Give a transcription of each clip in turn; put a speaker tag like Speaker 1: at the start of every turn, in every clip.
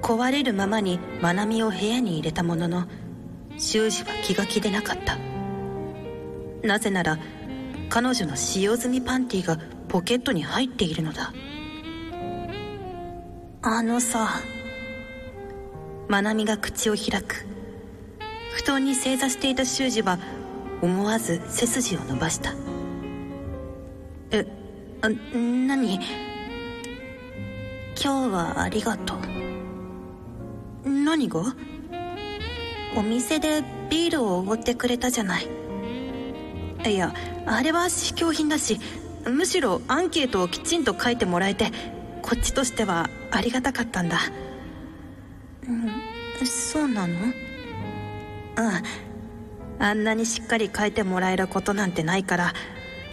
Speaker 1: 壊れるままに愛美を部屋に入れたものの修二は気が気でなかったなぜなら彼女の使用済みパンティがポケットに入っているのだ
Speaker 2: あのさ
Speaker 1: 愛美が口を開く布団に正座していた修二は思わず背筋を伸ばしたえあ何
Speaker 2: 今日はありがと
Speaker 1: う何が
Speaker 2: お店でビールをおごってくれたじゃない
Speaker 1: いやあれは試供品だしむしろアンケートをきちんと書いてもらえてこっちとしてはありがたかったんだ
Speaker 2: うんそうなの
Speaker 1: うんあんなにしっかり書いてもらえることなんてないから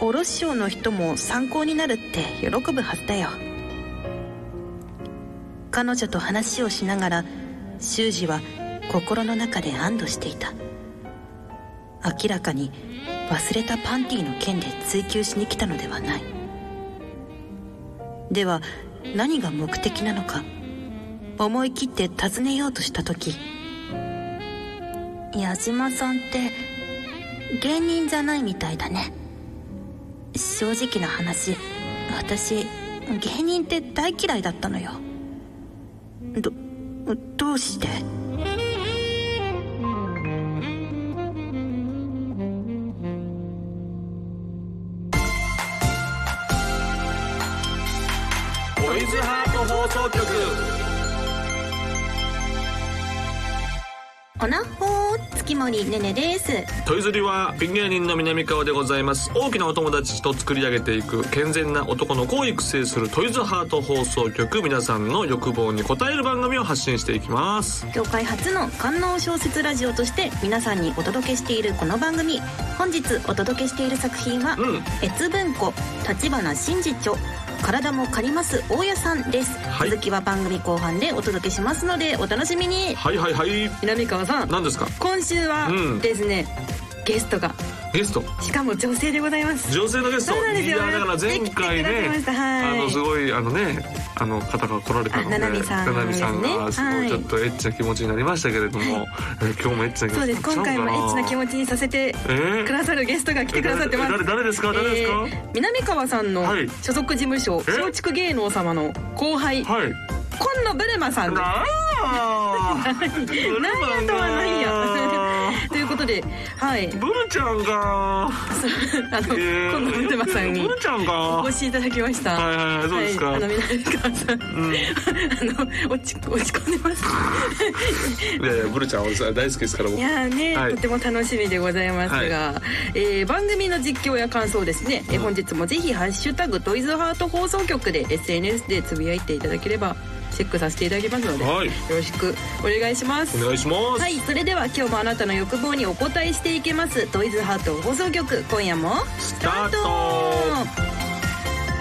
Speaker 1: 卸商の人も参考になるって喜ぶはずだよ彼女と話をしながら修二は心の中で安堵していた明らかに忘れたパンティの件で追及しに来たのではないでは何が目的なのか思い切って尋ねようとした時
Speaker 2: 矢島さんって芸人じゃないみたいだね
Speaker 1: 正直な話私芸人って大嫌いだったのよどどうして
Speaker 3: トイズハート放送局
Speaker 4: おなほー月森ねねです
Speaker 3: トイズリはピン芸人の南川でございます大きなお友達と作り上げていく健全な男の子を育成するトイズハート放送局皆さんの欲望に応える番組を発信していきます
Speaker 4: 業界初の官能小説ラジオとして皆さんにお届けしているこの番組本日お届けしている作品は
Speaker 3: うん
Speaker 4: 「越文庫立花真治著体も借ります大家さん」です、
Speaker 3: はい
Speaker 4: 続きは番組後半でお届けしますのでお楽しみに
Speaker 3: はいはいはい
Speaker 4: 南川さん
Speaker 3: 何ですか
Speaker 4: 今週は
Speaker 3: うん
Speaker 4: ですね、ゲストが
Speaker 3: ゲスト
Speaker 4: しかも女性でございます
Speaker 3: 女性のゲスト
Speaker 4: そうなんです
Speaker 3: い
Speaker 4: よ
Speaker 3: やだから前回
Speaker 4: 来てくださいま
Speaker 3: ね
Speaker 4: したはい
Speaker 3: あのすごいあのねあの方が来られたので
Speaker 4: あななみさん
Speaker 3: ななみさんが
Speaker 4: です
Speaker 3: す
Speaker 4: ね
Speaker 3: ご
Speaker 4: はいい
Speaker 3: ちょっとエッチな気持ちになりましたけれ ども、えー今日もエッチな気
Speaker 4: そう
Speaker 3: 持ち
Speaker 4: です
Speaker 3: に
Speaker 4: 今回もエ
Speaker 3: なっちゃうのかな
Speaker 4: ッチな気持ちにさせて
Speaker 3: えー
Speaker 4: くださるゲストが来てくださってます
Speaker 3: え誰誰ですか誰ですか、
Speaker 4: えー南川さんの
Speaker 3: はい
Speaker 4: 所属事務所
Speaker 3: え
Speaker 4: 松竹芸能様の後輩今
Speaker 3: はい
Speaker 4: 野ブルマさんです
Speaker 3: なあ
Speaker 4: なんやとはないやということではい
Speaker 3: ブルちゃんが
Speaker 4: あの
Speaker 3: えー
Speaker 4: 今野ブルマさんに
Speaker 3: ブルちゃんが
Speaker 4: お越しいただきました
Speaker 3: はいはいはいそうですか
Speaker 4: はいあの南川さん
Speaker 3: うん、い
Speaker 4: あの落ち落ち込んでます
Speaker 3: やいやブルちゃん俺さ大好きですから
Speaker 4: い
Speaker 3: 僕
Speaker 4: やーね、
Speaker 3: はい
Speaker 4: とても楽しみでございますが、えー番組の実況や感想ですね、えー本日もぜひ「ハッシュタグトイズハート放送局」で SNS でつぶやいていただければチェックさせていただきますので、
Speaker 3: はい
Speaker 4: よろしくお願いします
Speaker 3: お願いします、
Speaker 4: はいそれでは今日もあなたの欲望にお答えしていけますトイズハート放送局今夜も
Speaker 3: ス
Speaker 4: スタート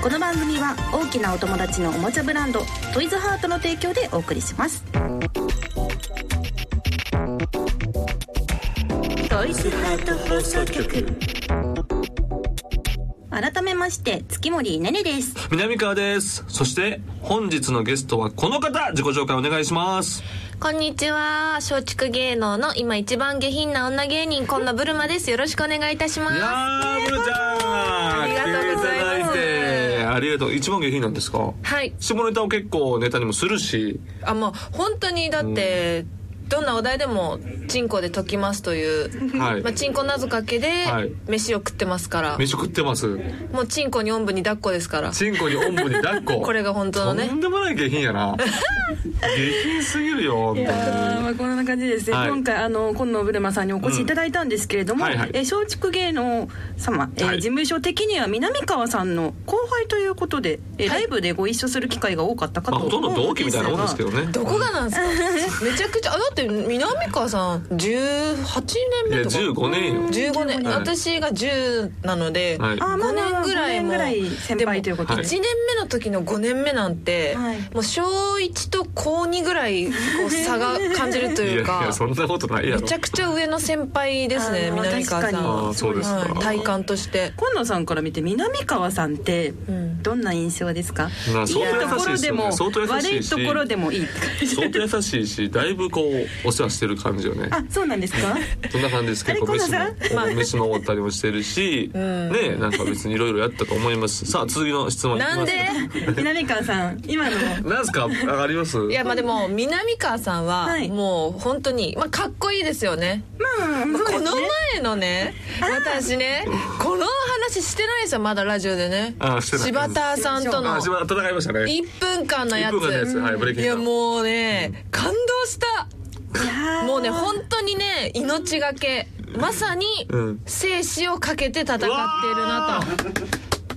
Speaker 2: この番組は大きなお友達のおもちゃブランドトイズハートの提供でお送りします
Speaker 4: トイズハート放送局改めまして月森ねねです
Speaker 3: 南川ですそして本日のゲストはこの方自己紹介お願いします
Speaker 5: こんにちは松竹芸能の今一番下品な女芸人こんなブルマですよろしくお願いいたしま
Speaker 3: い
Speaker 5: す
Speaker 3: やーブルちゃん
Speaker 5: ありがとうございます
Speaker 3: 来ていただいてありがとう一番下品なんですか
Speaker 5: はい
Speaker 3: 下ネタを結構ネタにもするし
Speaker 5: あもう本当にだって、どんなお題でもチンコで解きますという、
Speaker 3: はい
Speaker 5: まあ、チンコ謎かけで
Speaker 3: はい
Speaker 5: 飯を食ってますから、
Speaker 3: 飯食ってます
Speaker 5: もうチンコにおんぶに抱っこですから
Speaker 3: チンコにおんぶに抱っこ
Speaker 5: これが本当のね
Speaker 3: とんでもない下品や な下品すぎるよ本当に
Speaker 4: あーまあこんな感じですね、
Speaker 3: はい
Speaker 4: 今回あの今野ブルマさんにお越しいただいたんですけれども、
Speaker 3: うんはいはい
Speaker 4: えー松竹芸能様、えー
Speaker 3: はい
Speaker 4: 事務所的には南川さんの後輩ということで、えーライブでご一緒する機会が多かったか
Speaker 3: ま
Speaker 4: と
Speaker 3: あ、
Speaker 4: 思
Speaker 3: ほ
Speaker 4: う
Speaker 3: とんど同期みたいなもんですけ
Speaker 4: ど
Speaker 3: どね
Speaker 5: どこがなんですかめちゃくちゃあだっって南川さん18年
Speaker 3: いや
Speaker 5: 目とか
Speaker 3: 15年よ
Speaker 5: 15年、
Speaker 3: はい
Speaker 5: 私が10なので、
Speaker 3: はい
Speaker 2: あ
Speaker 5: 5年ぐらい
Speaker 2: 5年
Speaker 5: も
Speaker 2: ぐらい先輩ということ
Speaker 3: で
Speaker 5: 1年目の時の5年目なんて、
Speaker 2: はい
Speaker 5: もう小1と高2ぐらいこう差が感じると
Speaker 3: い
Speaker 5: いう
Speaker 3: やい
Speaker 5: か
Speaker 3: やそんなことないやろ
Speaker 5: めちゃくちゃ上の先輩ですね
Speaker 2: あー
Speaker 5: 南川さん
Speaker 3: あ
Speaker 5: は
Speaker 3: あそうですか、
Speaker 5: い、体感として、
Speaker 4: 今野さんから見て南川さんって
Speaker 5: うん
Speaker 4: どんな印象ですか、
Speaker 3: まあ
Speaker 4: いいと
Speaker 3: 相当優
Speaker 4: こ
Speaker 3: しい
Speaker 4: ろ
Speaker 3: です
Speaker 4: で
Speaker 3: よ
Speaker 4: も、
Speaker 3: ね相当優
Speaker 4: 悪
Speaker 3: しい
Speaker 4: い
Speaker 3: し
Speaker 4: ところでもいいって感じ
Speaker 3: 相当優しいしだいぶこうお世話してる感じよね
Speaker 4: あそうなんです か
Speaker 3: そんな感じです結構
Speaker 4: あれ
Speaker 3: 飯
Speaker 4: コ
Speaker 3: も
Speaker 4: ナ
Speaker 3: こう飯もおったりもしてる し、
Speaker 5: ん
Speaker 3: ねなんか別にいろいろやったと思いますさあ次の質問いきます
Speaker 5: なんで
Speaker 4: 南川さん今の
Speaker 3: なんすかああります
Speaker 5: いやまあでも南川さんは
Speaker 4: はい
Speaker 5: もう本当にまあかっこいいですよね。
Speaker 4: まあ
Speaker 5: まあこの
Speaker 4: そうですね
Speaker 5: 前のね私ねこの話してないですよまだラジオでね
Speaker 3: あしてない
Speaker 5: 柴田さんとの
Speaker 3: あしば戦いましたね
Speaker 5: 1分間の
Speaker 3: 1
Speaker 5: や
Speaker 3: 分間のやつはいブレイ
Speaker 5: つ
Speaker 3: キン
Speaker 5: い
Speaker 3: ダウ
Speaker 5: や
Speaker 3: ン
Speaker 5: もうね感動した
Speaker 4: いやー
Speaker 5: もうね本当にね命がけまさに
Speaker 3: うん
Speaker 5: 生死をかけて戦ってるな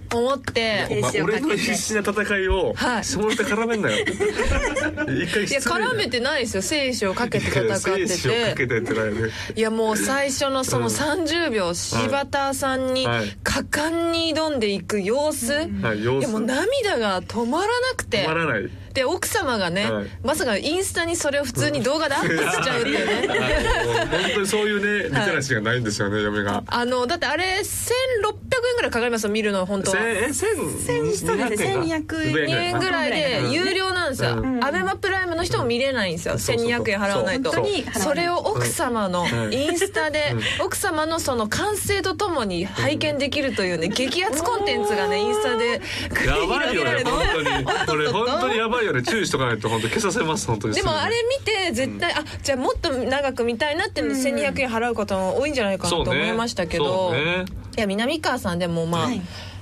Speaker 5: と思って
Speaker 3: お前俺の必死な戦いを
Speaker 5: はい
Speaker 3: 下ネタ絡めんな よ一回
Speaker 5: いや
Speaker 3: 失礼
Speaker 5: 絡めてないですよ生死をかけて戦っ
Speaker 3: いや
Speaker 5: て
Speaker 3: 精子をか
Speaker 5: て
Speaker 3: けてってないね
Speaker 5: いやもう最初のその30秒柴田さんに
Speaker 3: はい
Speaker 5: 果敢に挑んでいく様子
Speaker 3: はい様
Speaker 5: いやも
Speaker 3: 子
Speaker 5: う涙が止まらなくて
Speaker 3: 止まらない
Speaker 5: で奥様がね
Speaker 3: はい
Speaker 5: まさかインスタにそれを普通に動画でアップしちゃうっていうね
Speaker 3: あの本当にそういうねリテラシーがないんですよね嫁が
Speaker 5: あのだってあれ1600円ぐらいかかりますよ見るの本当は
Speaker 3: 千え千
Speaker 4: そうですね1200
Speaker 5: 2円ぐらい
Speaker 3: うん
Speaker 5: で有料なんですよ、
Speaker 3: う
Speaker 5: アベマプライムの人も見れないんですよ、
Speaker 3: そうそうそう
Speaker 5: 1200円払わないと
Speaker 3: そう本
Speaker 5: そ
Speaker 3: 当
Speaker 2: に払わない
Speaker 5: れを奥様の
Speaker 3: うん
Speaker 5: インスタで、奥様のその完成とともに拝見できるというね、激アツコンテンツがねインスタで
Speaker 3: やばいよね
Speaker 5: て
Speaker 3: 本 当にこれ本当にやばいよね注意しとかないと本当消させます本当に
Speaker 5: でもあれ見て絶対、あじゃあもっと長く見たいなっていうので1200円払う方も多いんじゃないか
Speaker 3: そう
Speaker 5: なと思いましたけど、
Speaker 3: ねそうね
Speaker 5: いや南川さんでもまあ、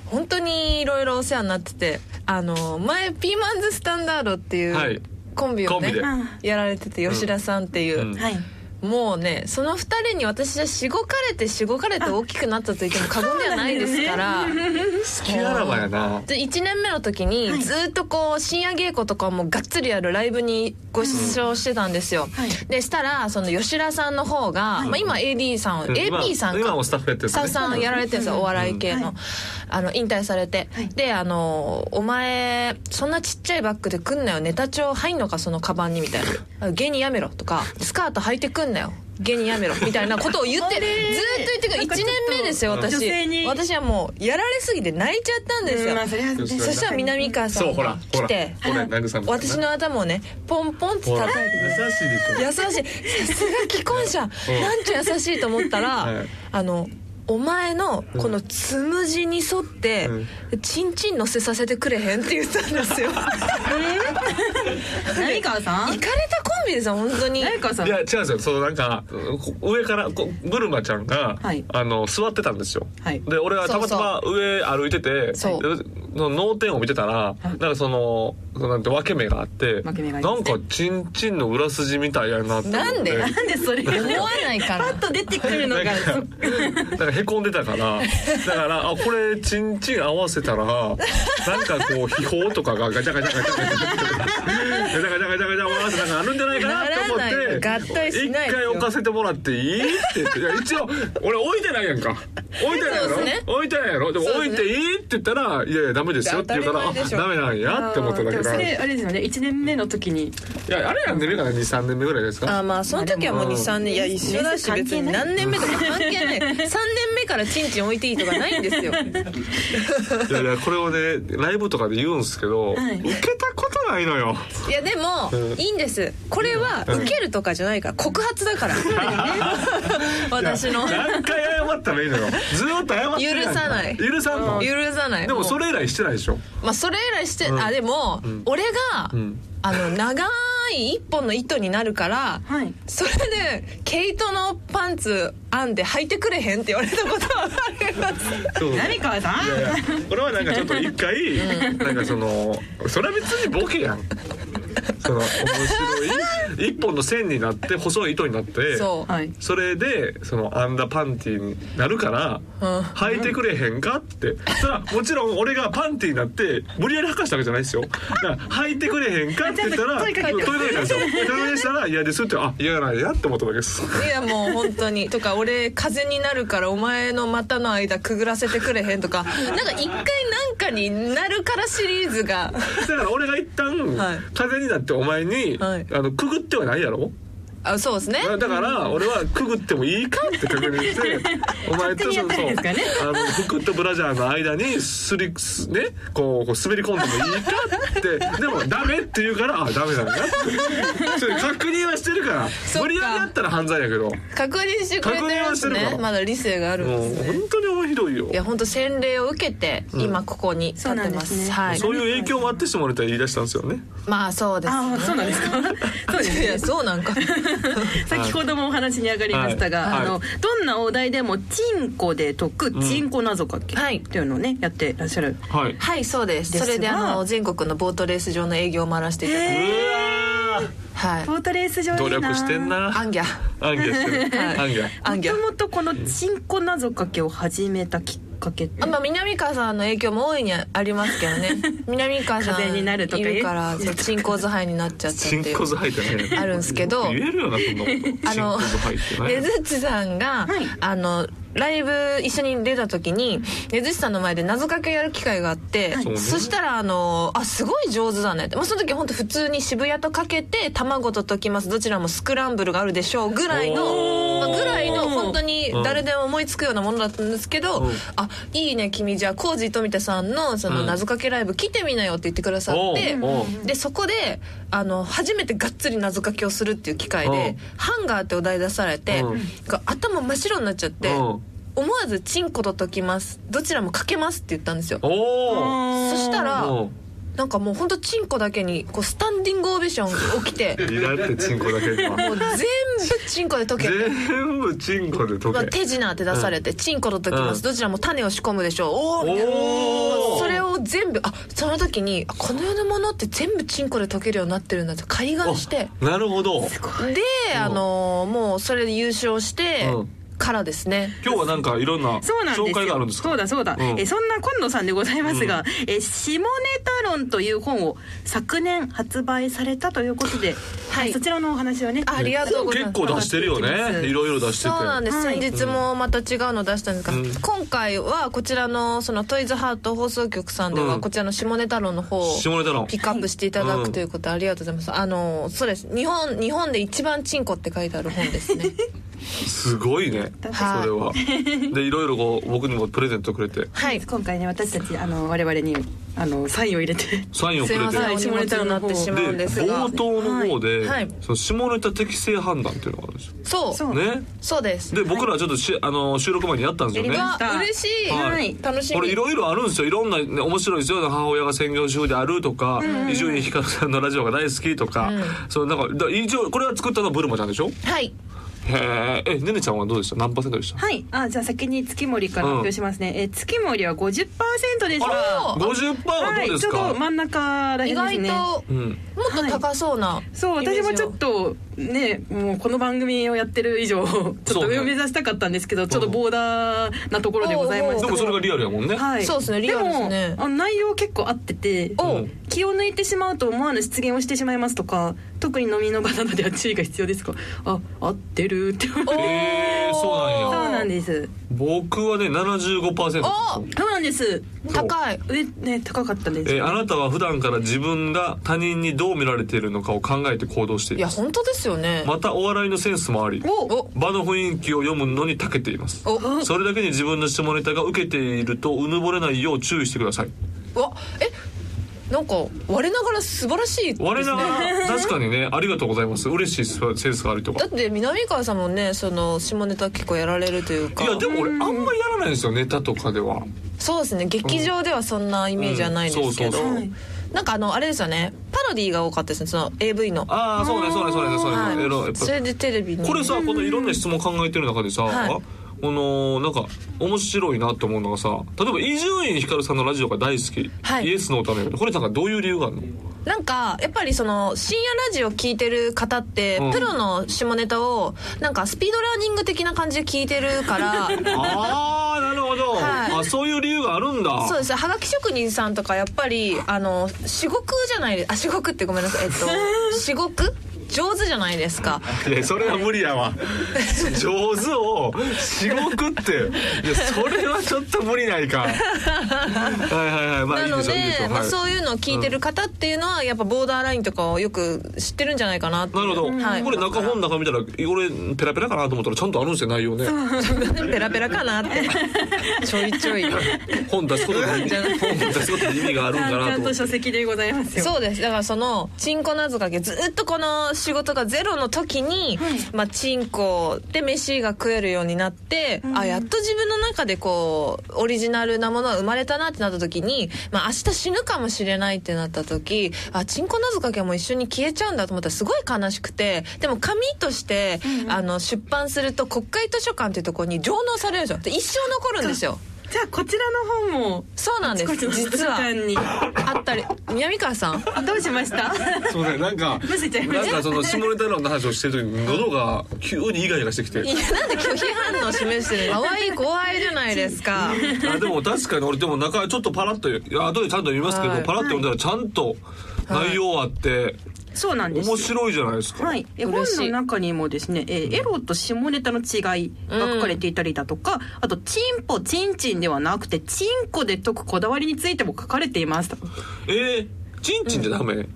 Speaker 5: 本当にいろいろお世話になっててあの前ピーマンズスタンダードってい
Speaker 3: はいう
Speaker 5: コンビを
Speaker 3: コンビ
Speaker 5: ね、
Speaker 3: で
Speaker 5: やられてて吉田さんっていう、
Speaker 3: うん
Speaker 2: はい
Speaker 5: もうねその2人に私はしごかれてしごかれて大きくなったと言っても過言ではないですから。
Speaker 3: 好きあらばやな
Speaker 5: で1年目の時にずっとこう深夜稽古とかもがっつりやるライブにご出場してたんですよ、でしたらその吉田さんの方が、まあ、今 AD さん、
Speaker 3: うん今
Speaker 5: AP さんか
Speaker 3: 今もスタッフやってるんです
Speaker 5: スタ
Speaker 3: よ
Speaker 5: ッ
Speaker 3: ね
Speaker 5: フさんやられてるんですよ、お笑い系の,、あの引退されて、であの「お前そんなちっちゃいバッグで来んなよネタ帳入んのかそのカバンに」みたいな「芸人やめろ」とか「スカート履いてくんなよ」芸人やめろみたいなことを言ってずーっと言ってくる1年目ですよ
Speaker 4: 女性
Speaker 5: 私
Speaker 4: に
Speaker 5: 私はもうやられすぎて泣いちゃったんですよ、
Speaker 4: まあそれはね
Speaker 3: そう
Speaker 5: そしたら南川さ
Speaker 3: そうんほら
Speaker 5: が
Speaker 3: ほ
Speaker 5: 来
Speaker 3: ら
Speaker 5: て
Speaker 3: ほら慰めて
Speaker 5: 私の頭をねポンポンって
Speaker 3: ほら
Speaker 5: 叩いて
Speaker 3: 優しいでしょ
Speaker 5: 優しいさすが既婚者なんちゅう優しいと思ったら、
Speaker 3: はい
Speaker 5: あのお前のこのつむじに沿って、チンチン乗せさせてくれへんって言ったんですよ 行か
Speaker 4: 南川さん
Speaker 5: れたコンビですよ本当に
Speaker 4: 南川さん
Speaker 3: いや違うんですよそのなんかこ上からこうブルマちゃんが、
Speaker 4: はい
Speaker 3: あの座ってたんですよ、
Speaker 4: はい
Speaker 3: で俺がたまたま上歩いてて
Speaker 5: そう
Speaker 3: でその脳天を見てたら、なんかそのそのなんて分け目があって
Speaker 4: 分け目があり
Speaker 3: な
Speaker 4: ま
Speaker 3: ん
Speaker 4: すね
Speaker 3: かチンチンの裏筋みたいやなって思って
Speaker 5: なんで
Speaker 4: なんでそれが
Speaker 5: 思わないから
Speaker 4: パッと出てくるの
Speaker 3: な
Speaker 4: が
Speaker 3: んかなんかへこんでたからだからあこれチンチン合わせたらなんかこう秘宝とかがガチャガチャガチャガチャガチャガチャガチャガチャガチャ回してなんかあるんじゃないかなと思
Speaker 5: ならないよ合
Speaker 3: って
Speaker 5: 体し
Speaker 3: 一
Speaker 5: ないです
Speaker 3: 回
Speaker 5: よ
Speaker 3: 置かせてもらっていいって言っていや一応俺置いてないやんか置いてないやろ
Speaker 5: そうですね
Speaker 3: 置いてないやろでも
Speaker 5: そう
Speaker 3: 置い
Speaker 5: です
Speaker 3: ていいって言ったらいやいやダメですよって言うからあ
Speaker 5: 当たり前でしょ
Speaker 3: ダメなんやって思った
Speaker 4: で
Speaker 3: だけ
Speaker 4: も
Speaker 3: だ
Speaker 4: そ
Speaker 3: い
Speaker 4: れあれですよね1年目の時に
Speaker 3: やあれやんね目が23年目ぐらいです
Speaker 5: あ
Speaker 3: か
Speaker 5: まあその時はもう23年いや一緒だし別に何年目とか関係ない3年目からチンチン置いていいとかないんですよ
Speaker 3: いやいやこれをねライブとかで言うんですけど、受けたことないのよ
Speaker 5: いやでも、いいんですこれは受けるとかじゃないから告発だから 私の
Speaker 3: いや何回謝ったらいいのよずーっと謝ってるやん
Speaker 5: 許さない
Speaker 3: 許さんの
Speaker 5: 許さない
Speaker 3: でもそれ以来してないでしょ
Speaker 5: うまあ、それ以来して、あでも、俺が、
Speaker 3: ん
Speaker 5: あの長い一本の糸になるから、
Speaker 4: はい
Speaker 5: それで毛糸のパンツ編んで履いてくれへんって言われたことはあります
Speaker 3: そういやい
Speaker 4: 南川さん
Speaker 3: や俺はなんかちょっと一回なんかそのそれは別にボケやんその面白い一本の線になって細い糸になって
Speaker 5: そ
Speaker 4: はい
Speaker 3: それでその編んだパンティになるから
Speaker 5: う、うん、
Speaker 3: 履いてくれへんかってそれはもちろん俺がパンティになって無理やり履かしたわけじゃないですよだから履いてくれへんかって言ったら
Speaker 4: ちゃんと問いかけてる
Speaker 3: 問いかけたんですよ問いかけしたら嫌ですってあ嫌なんやって思っただけです
Speaker 5: いやもう本当にとか俺風になるからお前の股の間くぐらせてくれへんとかなんか一回なんかになるからシリーズが
Speaker 3: だから俺が一旦、
Speaker 5: はい
Speaker 3: 風になってお前に、
Speaker 5: はい
Speaker 3: あのくぐってはないやろ
Speaker 5: あそうですね
Speaker 3: だだから俺はくぐってもいいかって確認して お前とそうそう、あの服とブラジャーの間にすりすねこうこう滑り込んでもいいかってでもダメって言うからあダメなんだなっ てそれ確認はしてるから
Speaker 5: っか
Speaker 3: 無理やりやったら犯罪やけどもう
Speaker 5: 確認してくれて
Speaker 3: 確認は
Speaker 5: ま
Speaker 3: して
Speaker 5: す
Speaker 3: るか
Speaker 5: ね
Speaker 3: ら
Speaker 5: まだ理性があるんですね
Speaker 3: 本当に面白いよ
Speaker 5: いや本当洗礼を受けて
Speaker 3: ん
Speaker 5: 今ここに立ってます,、はい
Speaker 3: そういう影響もあってしてもらえたら言い出したんですよね
Speaker 5: まあそうです
Speaker 4: ああそうなんですかそうです
Speaker 5: い
Speaker 4: ね
Speaker 5: やそうなん か
Speaker 4: 先ほどもお話に上がりましたが、
Speaker 3: はいはい
Speaker 4: あのどんなお題でもチンコで解くチンコ謎かけ、
Speaker 5: はい
Speaker 4: っていうのをねやってらっしゃる。
Speaker 3: はい
Speaker 5: はいそうです
Speaker 4: ですが
Speaker 5: それであの全国のボートレース場の営業を回らせていただいて、
Speaker 3: うわ
Speaker 5: はい
Speaker 4: ボートレース場いい
Speaker 3: ー
Speaker 4: な
Speaker 3: 努力してんな
Speaker 5: アンギャ
Speaker 3: アンギャしてる
Speaker 5: はい
Speaker 3: アンギャ
Speaker 5: アン
Speaker 4: も
Speaker 5: ギャ
Speaker 4: ともとこのチンコ謎かけを始めたきっかけって
Speaker 5: あまあ、南川さんの影響も大いにありますけ どね南川さん
Speaker 4: 風になるとか
Speaker 5: い
Speaker 4: 言う
Speaker 5: るからそうチンコズハイになっちゃったって
Speaker 3: チン
Speaker 5: いう
Speaker 3: コズ入ってない
Speaker 5: あるんですけど
Speaker 3: 言えるよなそんなことチンコ
Speaker 5: あの
Speaker 3: ズ入ってない
Speaker 5: ねずっちさんが、
Speaker 4: はい
Speaker 5: あのライブ一緒に出た時にねずっちさんの前で謎かけやる機会があって、
Speaker 3: そうね
Speaker 5: そしたらあのあすごい上手だねって、まあ、その時本当普通に渋谷とかけて卵と解きますどちらもスクランブルがあるでしょうぐらいの、
Speaker 3: おー
Speaker 5: まあぐらいの本当に
Speaker 3: うん
Speaker 5: 誰でも思いつくようなものだったんですけど、
Speaker 3: うん
Speaker 5: あいいね君じゃあコージー富田さんのそうの
Speaker 3: ん
Speaker 5: 謎かけライブ来てみなよって言ってくださって。
Speaker 3: おうおう
Speaker 5: でそこであの初めてがっつり謎かけをするっていう機会
Speaker 3: う
Speaker 5: で
Speaker 3: ん
Speaker 5: 「ハンガー」ってお題出されて、
Speaker 3: うん
Speaker 5: が頭真っ白になっちゃって、
Speaker 3: うん
Speaker 5: 思わず「チンコと解きますどちらもかけます」って言ったんですよ
Speaker 3: おお
Speaker 5: そしたら
Speaker 3: うん
Speaker 5: なんかもうほんとチンコだけにこうスタンディングオベーションが起き て
Speaker 3: いらってチンコだけでは
Speaker 5: もう全部チンコで解けて
Speaker 3: 全部チンコで溶け
Speaker 5: 手品って出されて、チンコと解きま
Speaker 3: う
Speaker 5: す、
Speaker 3: ん
Speaker 5: どちらも種を仕込むでしょうおおみたいな
Speaker 3: おー
Speaker 5: それを全部あその時にあこの世のものって全部チンコで解けるようになってるんだって開眼して
Speaker 3: あなるほど
Speaker 5: で、あのーもうそれで優勝して
Speaker 3: うん
Speaker 5: からですね、
Speaker 3: 今日はなんかいろんな
Speaker 4: そうなんですよ
Speaker 3: 紹介があるんです
Speaker 4: そ
Speaker 3: か
Speaker 4: うだそうだ、
Speaker 3: うん
Speaker 4: えそんな今野さんでございますが「
Speaker 3: う
Speaker 4: え下ネタ論」という本を昨年発売されたということで、
Speaker 5: はい
Speaker 4: えそちらのお話はね
Speaker 5: ありがとうございま
Speaker 3: 結
Speaker 5: す
Speaker 3: 構出してるよねいろいろ出してて
Speaker 5: そうなんです、
Speaker 4: はい
Speaker 5: 先日もまた違うの出したんですが、
Speaker 3: うん
Speaker 5: 今回はこちらのそのトイズハート放送局さんで
Speaker 3: う
Speaker 5: は
Speaker 3: ん
Speaker 5: こちらの下ネタ論の方を
Speaker 3: 下ネタの
Speaker 5: ピックアップしていただ
Speaker 3: う
Speaker 5: く
Speaker 3: ん
Speaker 5: ということでありがとうございます、あのそうです日本日本で一番チンコって書いてある本です ね
Speaker 3: すごいねそれ
Speaker 5: はい
Speaker 3: はでいろいろこう僕にもプレゼントくれて
Speaker 5: はい
Speaker 4: 今回ね私たちあの我々にあのサインを入れて
Speaker 3: サインをく
Speaker 5: すい
Speaker 3: れ
Speaker 5: ま
Speaker 3: て
Speaker 5: せんお
Speaker 4: はい
Speaker 5: 荷物になってしまうん
Speaker 3: で
Speaker 5: ですが
Speaker 3: 冒頭の方で、
Speaker 5: はいはい
Speaker 3: その下ネタ適正判断っていうのがあるんですよ
Speaker 5: そう
Speaker 4: そ
Speaker 5: そうう
Speaker 3: ね
Speaker 5: です
Speaker 3: で僕らちょっとし、あの収録前にやったんですよね
Speaker 4: やりました
Speaker 5: が嬉しい、
Speaker 3: はい
Speaker 5: はい楽しみ
Speaker 3: これいろいろあるんですよいろんな、ね、面白いですよ母親が専業主婦であるとか伊集院光さんのラジオが大好きとか、そうなんかだ以上これは作ったのはブルマちゃんでしょ
Speaker 5: はい
Speaker 3: へええねねちゃんはどうでした何パーセントでした
Speaker 4: はいあじゃあ先に月森から発表しますね、え月森は50%でした
Speaker 5: あ
Speaker 3: 五十パーはど
Speaker 4: は
Speaker 3: うで
Speaker 4: いち
Speaker 3: す
Speaker 4: ょう
Speaker 3: か、
Speaker 4: ど真ん中らへ
Speaker 5: 意
Speaker 4: んです
Speaker 5: 外
Speaker 4: ね
Speaker 5: とも
Speaker 3: うん
Speaker 5: っと高そうな、
Speaker 4: そう
Speaker 5: イメー
Speaker 4: 私
Speaker 5: ジを
Speaker 4: もちょっとねもうこの番組をやってる以上 ちょっ
Speaker 3: そ
Speaker 4: と
Speaker 3: うね
Speaker 4: 上を目指したかったんですけど、ちょっとボーダーなところでございまし
Speaker 3: で
Speaker 4: た
Speaker 3: もそれがリアルやもんね、
Speaker 4: はい
Speaker 5: そうですねリアルですね
Speaker 4: もあの内容結構合ってて
Speaker 5: お
Speaker 3: うん
Speaker 4: 気を抜いてしまうと思わぬ失言をしてしまいますとか特に飲みの場などでは注意が必要ですかあ合ってるってそう
Speaker 5: お
Speaker 3: へーそうなんやお
Speaker 4: なん
Speaker 5: す
Speaker 4: です
Speaker 3: 僕はね75%です
Speaker 5: お
Speaker 4: そうなんです
Speaker 5: 高い
Speaker 4: でね高かったです、
Speaker 3: えーあなたは普段から自分が他人にどう見られているのかを考えて行動してい
Speaker 5: いや
Speaker 3: ます
Speaker 5: 本当ですよね、
Speaker 3: またお笑いのセンスもあり
Speaker 4: お
Speaker 5: お
Speaker 3: 場の雰囲気を読むのに長けています
Speaker 5: お
Speaker 3: それだけに自分の下ネタが受けているとうぬぼれないよう注意してください
Speaker 5: わえなんか我ながら素晴らしいですね
Speaker 3: 我ながら確かにね ありがとうございます嬉しいセンスがありと
Speaker 5: だ
Speaker 3: か
Speaker 5: って南川さんもねその下ネタ結構やられるというか
Speaker 3: いやでも俺あんまりやらないんですよネタとかでは
Speaker 5: そうですね劇場ではそんなイメージはないですけど、
Speaker 3: うんそうそう
Speaker 5: なんかあのあれですよねパロディーが多かったですねその AV の
Speaker 3: ああそうねそうねそうねそうね、
Speaker 5: はい
Speaker 3: えらやっぱ
Speaker 5: それでテレビに
Speaker 3: これさこのいろんな質問考えてる中でさ、
Speaker 5: はい
Speaker 3: このなんか面白いなと思うのがさ例えば伊集院光さんのラジオが大好き、
Speaker 5: はい
Speaker 3: イエスの歌のようにこれなんかどういう理由があるの
Speaker 5: なんかやっぱりその深夜ラジオ聞いてる方って
Speaker 3: うん
Speaker 5: プロの下ネタをなんかスピードラーニング的な感じで聞いてるから
Speaker 3: ああなるほど、
Speaker 5: はい
Speaker 3: あそういう理由があるんだ
Speaker 5: そうですはがき職人さんとかやっぱりあの至極じゃないであ至極ってごめんなさいえっ と至極上手じゃないですか
Speaker 3: いやそれは無理やわ上手を至極っていやそれはちょっと無理ないかはいはいはいまあい
Speaker 5: ないの
Speaker 3: でし
Speaker 5: で
Speaker 3: ょういいでしょう、
Speaker 5: まあ、
Speaker 3: はい
Speaker 5: そういうのを聞いてる方っていうのはやっぱボーダーラインとかをよく知ってるんじゃないかなってい
Speaker 3: な
Speaker 5: う
Speaker 3: るほど、
Speaker 5: はい、
Speaker 3: これ中本中見たら俺ペラペラかなと思ったらちゃんとあるんですよ内容ね
Speaker 5: ペラペラかなっ てちょいちょい
Speaker 3: 本出すことに意味本出すことに意味があるん
Speaker 4: ち
Speaker 3: だ
Speaker 4: ゃ
Speaker 3: なんと
Speaker 4: と
Speaker 3: 思って
Speaker 4: 書籍でございますよ
Speaker 5: そうですだからそのチンコ謎かけずっとこの仕事がゼロの時に、まあ、チンコで飯が食えるようになって、あやっと自分の中でこうオリジナルなものが生まれたなってなった時に、まあ、明日死ぬかもしれないってなった時あチンコ謎かけも一緒に消えちゃうんだと思ったらすごい悲しくてでも紙として、あの出版すると国会図書館っていうところに上納されるんですよで一生残るんですよ
Speaker 4: じゃあこちらの本も
Speaker 5: そうなんです
Speaker 4: こちらの図
Speaker 5: 実
Speaker 4: 書
Speaker 5: は
Speaker 4: 館に
Speaker 5: あったり南川さん
Speaker 4: どうしました
Speaker 3: すいませんなんか
Speaker 4: むせちゃいま
Speaker 3: なん
Speaker 4: した
Speaker 3: かその下ネタ論の話をしてる時に喉が急にイガイガしてきて
Speaker 5: いやなんで拒否反応示してるの可愛い怖いじゃないですか
Speaker 3: あでも確かに俺でも中ちょっとパラッといや後でちゃんと見ますけど、
Speaker 5: はい
Speaker 3: パラッと読んだらちゃんと内容あって
Speaker 4: そうなんですよ
Speaker 3: 面白いじゃないですか、
Speaker 4: はい、え本
Speaker 5: 嬉しい
Speaker 4: の中にもですね、えーエロと下ネタの違いが書かれていたりだとか、あとチンポチンチンではなくてチンコで解くこだわりについても書かれてい ます。
Speaker 3: えー、チンチンじゃダメ、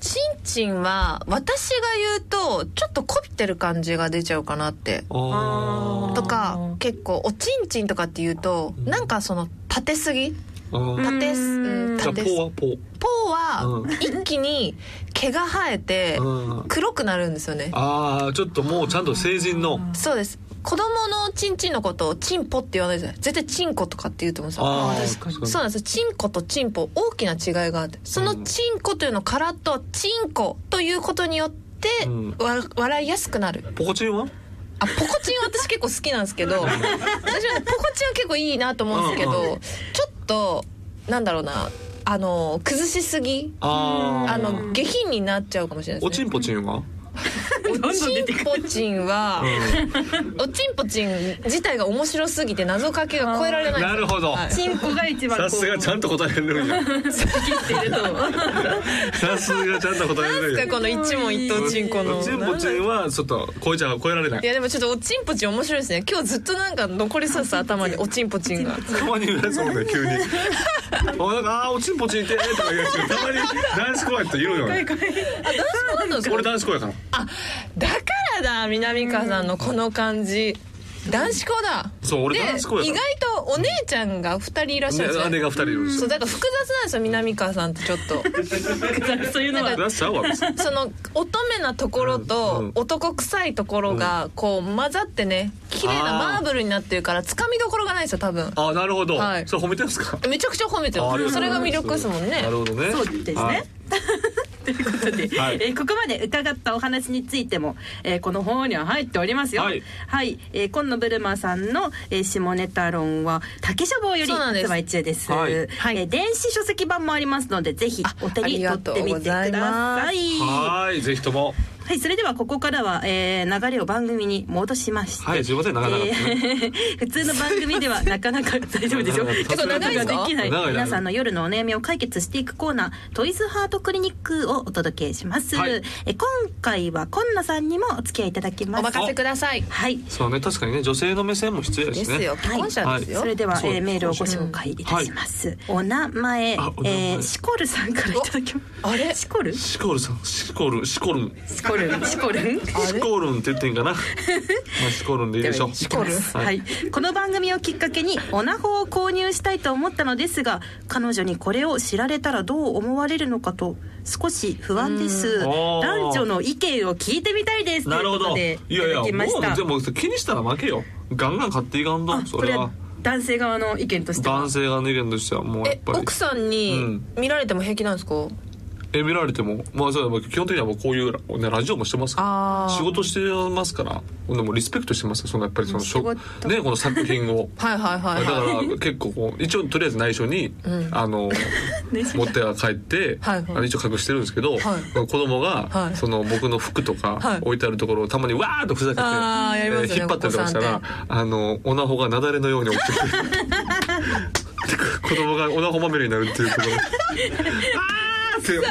Speaker 5: チンチンは私が言うとちょっとこびてる感じが出ちゃうかなって
Speaker 3: あ
Speaker 5: とか結構おちんちんとかって言うとなんかその立てすぎ
Speaker 3: ーあー
Speaker 5: 立てすうん
Speaker 3: じゃあポ
Speaker 5: 立て
Speaker 3: ー
Speaker 5: す
Speaker 3: はポー
Speaker 5: ポー
Speaker 3: う
Speaker 5: は一気に毛が生えて
Speaker 3: うん
Speaker 5: 黒くなるんですよね
Speaker 3: ああちょっともうちゃんと成人の
Speaker 5: そうです子供のチンチンのことをチンポって言わないじゃない絶対チンコとかって言うと思うんですよ
Speaker 3: あ
Speaker 4: あ
Speaker 3: あ
Speaker 4: ー確
Speaker 5: そうなんですチンコとチンポ大きな違いがあってそのチンコというのからとチンコということによって、
Speaker 3: うん
Speaker 5: わ笑いやすくなる
Speaker 3: ポコチンは
Speaker 5: あポコチンは私結構好きなんですけ ど私は、ね、ポコチンは結構いいなと思うんですけ
Speaker 3: うん
Speaker 5: どちょっとなんだろうなあの崩しすぎ
Speaker 3: あー
Speaker 5: あの下品になっちゃうかもしれない
Speaker 3: お
Speaker 5: です
Speaker 3: ち
Speaker 5: ね
Speaker 3: んぽちんは、
Speaker 4: どんどん出て
Speaker 5: おちんぽちんは、おちんぽちん自体が面白すぎて謎かけが超えられないんですよ
Speaker 3: なるほど
Speaker 5: はい
Speaker 4: チンコが一番こ
Speaker 3: さ
Speaker 4: う
Speaker 3: すがちゃんと答えれるんや
Speaker 4: 切っていると。
Speaker 3: さすがちゃんと答えれるん
Speaker 5: なん
Speaker 3: や
Speaker 5: かこの一問一答ちんこの
Speaker 3: おちんぽちんはちょっと超えちゃう超えられない
Speaker 5: いやでもちょっとおちんぽちん面白いですね今日ずっとなんか残りそうです頭におちんぽちんが
Speaker 3: たまに言うやつおるね 急に「おなんかあーおちんぽちんいて」とか言うやつたまに男子校やって言うよね
Speaker 5: そうなんですか
Speaker 3: 俺男子校やから
Speaker 5: だからだ南川さんのこの感じ男子校だ
Speaker 3: そう俺
Speaker 5: で
Speaker 3: 男子校
Speaker 5: 意
Speaker 3: やか
Speaker 5: 外とお姉ちゃんが2人いらっしゃるんです
Speaker 3: ら
Speaker 5: よ
Speaker 3: ね姉
Speaker 5: ね
Speaker 3: が二人いるんです
Speaker 5: そう
Speaker 3: よ
Speaker 5: だから複雑なんですよ南川さんってちょっ と
Speaker 4: そういうのは
Speaker 3: 出しちゃうわ別に
Speaker 5: その乙女なところ
Speaker 3: うんう
Speaker 5: と
Speaker 3: ん
Speaker 5: 男臭いところがこう混ざってね綺麗なマーブルになってるからつかみどころがないですよ多分
Speaker 3: あーなるほど
Speaker 5: はい
Speaker 3: それ褒めてるんですか
Speaker 5: めちゃくちゃ褒めて
Speaker 3: あーあり
Speaker 5: る
Speaker 3: がと
Speaker 5: そう
Speaker 3: ご
Speaker 5: れ
Speaker 3: ざ
Speaker 5: が
Speaker 3: います
Speaker 5: 魅力ですもんね
Speaker 3: なるほどね
Speaker 4: そうですね
Speaker 3: はい
Speaker 4: ということで、
Speaker 3: はい
Speaker 4: えーここまで伺ったお話についても、えーこの本には入っておりますよ。
Speaker 3: は
Speaker 4: はいい、えー今野ブルマさんの、えー下ネタ論は竹書房より
Speaker 5: そうなんです
Speaker 4: 発売中です。
Speaker 3: はい
Speaker 5: はい
Speaker 4: えー電子書籍版もありますので、ぜひお手
Speaker 5: あ
Speaker 4: に
Speaker 5: り
Speaker 4: 取
Speaker 5: が
Speaker 4: っ
Speaker 5: と
Speaker 4: て
Speaker 5: う
Speaker 4: み
Speaker 5: ご
Speaker 4: てく
Speaker 5: ざい
Speaker 4: だ
Speaker 5: ます
Speaker 4: さい。は
Speaker 3: はーいぜひとも
Speaker 4: い、それではここからは、えー流れを番組に戻しまして。
Speaker 3: はいすいません長々とね
Speaker 4: えー 普通の番組ではなかなか大丈夫でしょ
Speaker 3: 結
Speaker 5: 構長いですか
Speaker 4: できない
Speaker 3: 長い
Speaker 4: 皆さんの夜のお悩みを解決していくコーナートイズハートクリニックをお届けします、
Speaker 3: はい
Speaker 4: え今回は今野さんにもお付き合いいただきま
Speaker 5: お
Speaker 4: す
Speaker 5: 任せください
Speaker 4: はい
Speaker 3: そうね確かにね女性の目線も必要です
Speaker 5: で
Speaker 3: ね
Speaker 5: すよ既婚者ですよ、
Speaker 4: それでは、
Speaker 3: そう
Speaker 4: えーメールをご紹介いたします、お名前
Speaker 3: あお名前
Speaker 4: えーシコルさんからいただきます
Speaker 5: あれ
Speaker 4: シコルシ
Speaker 3: シコルさんシコルシコルン
Speaker 4: コルンシコルン
Speaker 5: あ
Speaker 3: シ
Speaker 5: れ
Speaker 3: コルンって言ってんかなまあシコルンでいいでしょう
Speaker 4: シコルン
Speaker 3: は
Speaker 4: はいい、この番組をきっかけにオナホを購入したいと思ったのですが彼女にこれを知られたらどう思われるのかと少し不安です
Speaker 3: うんあー
Speaker 4: 男女の意見を聞いてみたいです
Speaker 3: なるほど。
Speaker 4: と
Speaker 3: い
Speaker 4: いう
Speaker 3: や
Speaker 4: こと
Speaker 3: い
Speaker 4: でいた
Speaker 3: や、
Speaker 4: だ
Speaker 3: も
Speaker 4: きました
Speaker 3: うでも気にしたら負けよ。ガンガン買っていかんと、
Speaker 4: あ
Speaker 3: そ
Speaker 4: これ
Speaker 3: れ
Speaker 4: は
Speaker 3: は。
Speaker 4: 男性側の意見としては
Speaker 3: 男性がの意見としてはもうやっ
Speaker 5: え
Speaker 3: ぱり
Speaker 5: 奥。さんに見られても平気なんですか、
Speaker 3: えびられても、まあ、そうだ基本的にはもうこういう、ね、ラジオもしてますか
Speaker 5: あ
Speaker 3: ら
Speaker 5: ー
Speaker 3: 仕事してますからでもリスペクトしてますよそのやっぱりそのしょ
Speaker 4: 仕事
Speaker 3: ねこの作品を
Speaker 5: はいはいは
Speaker 3: だ
Speaker 5: い
Speaker 3: か
Speaker 5: はい
Speaker 3: ら結構こう一応とりあえず内緒に、
Speaker 5: ん
Speaker 3: あ の持っては帰って、
Speaker 5: はいはい
Speaker 3: あの一応隠してるんですけど、子供が、
Speaker 5: はい
Speaker 3: その僕の服と
Speaker 5: は
Speaker 3: か
Speaker 5: い
Speaker 3: 置いてあるところをたまにわーっとふざけて、
Speaker 5: あーやりますよね
Speaker 3: 引っ張ったりとかした
Speaker 5: お
Speaker 3: ら
Speaker 5: 子
Speaker 3: あのオナホが雪崩のように落ちて くる子供がオナホまみれになるっていうとこ ろ。あーって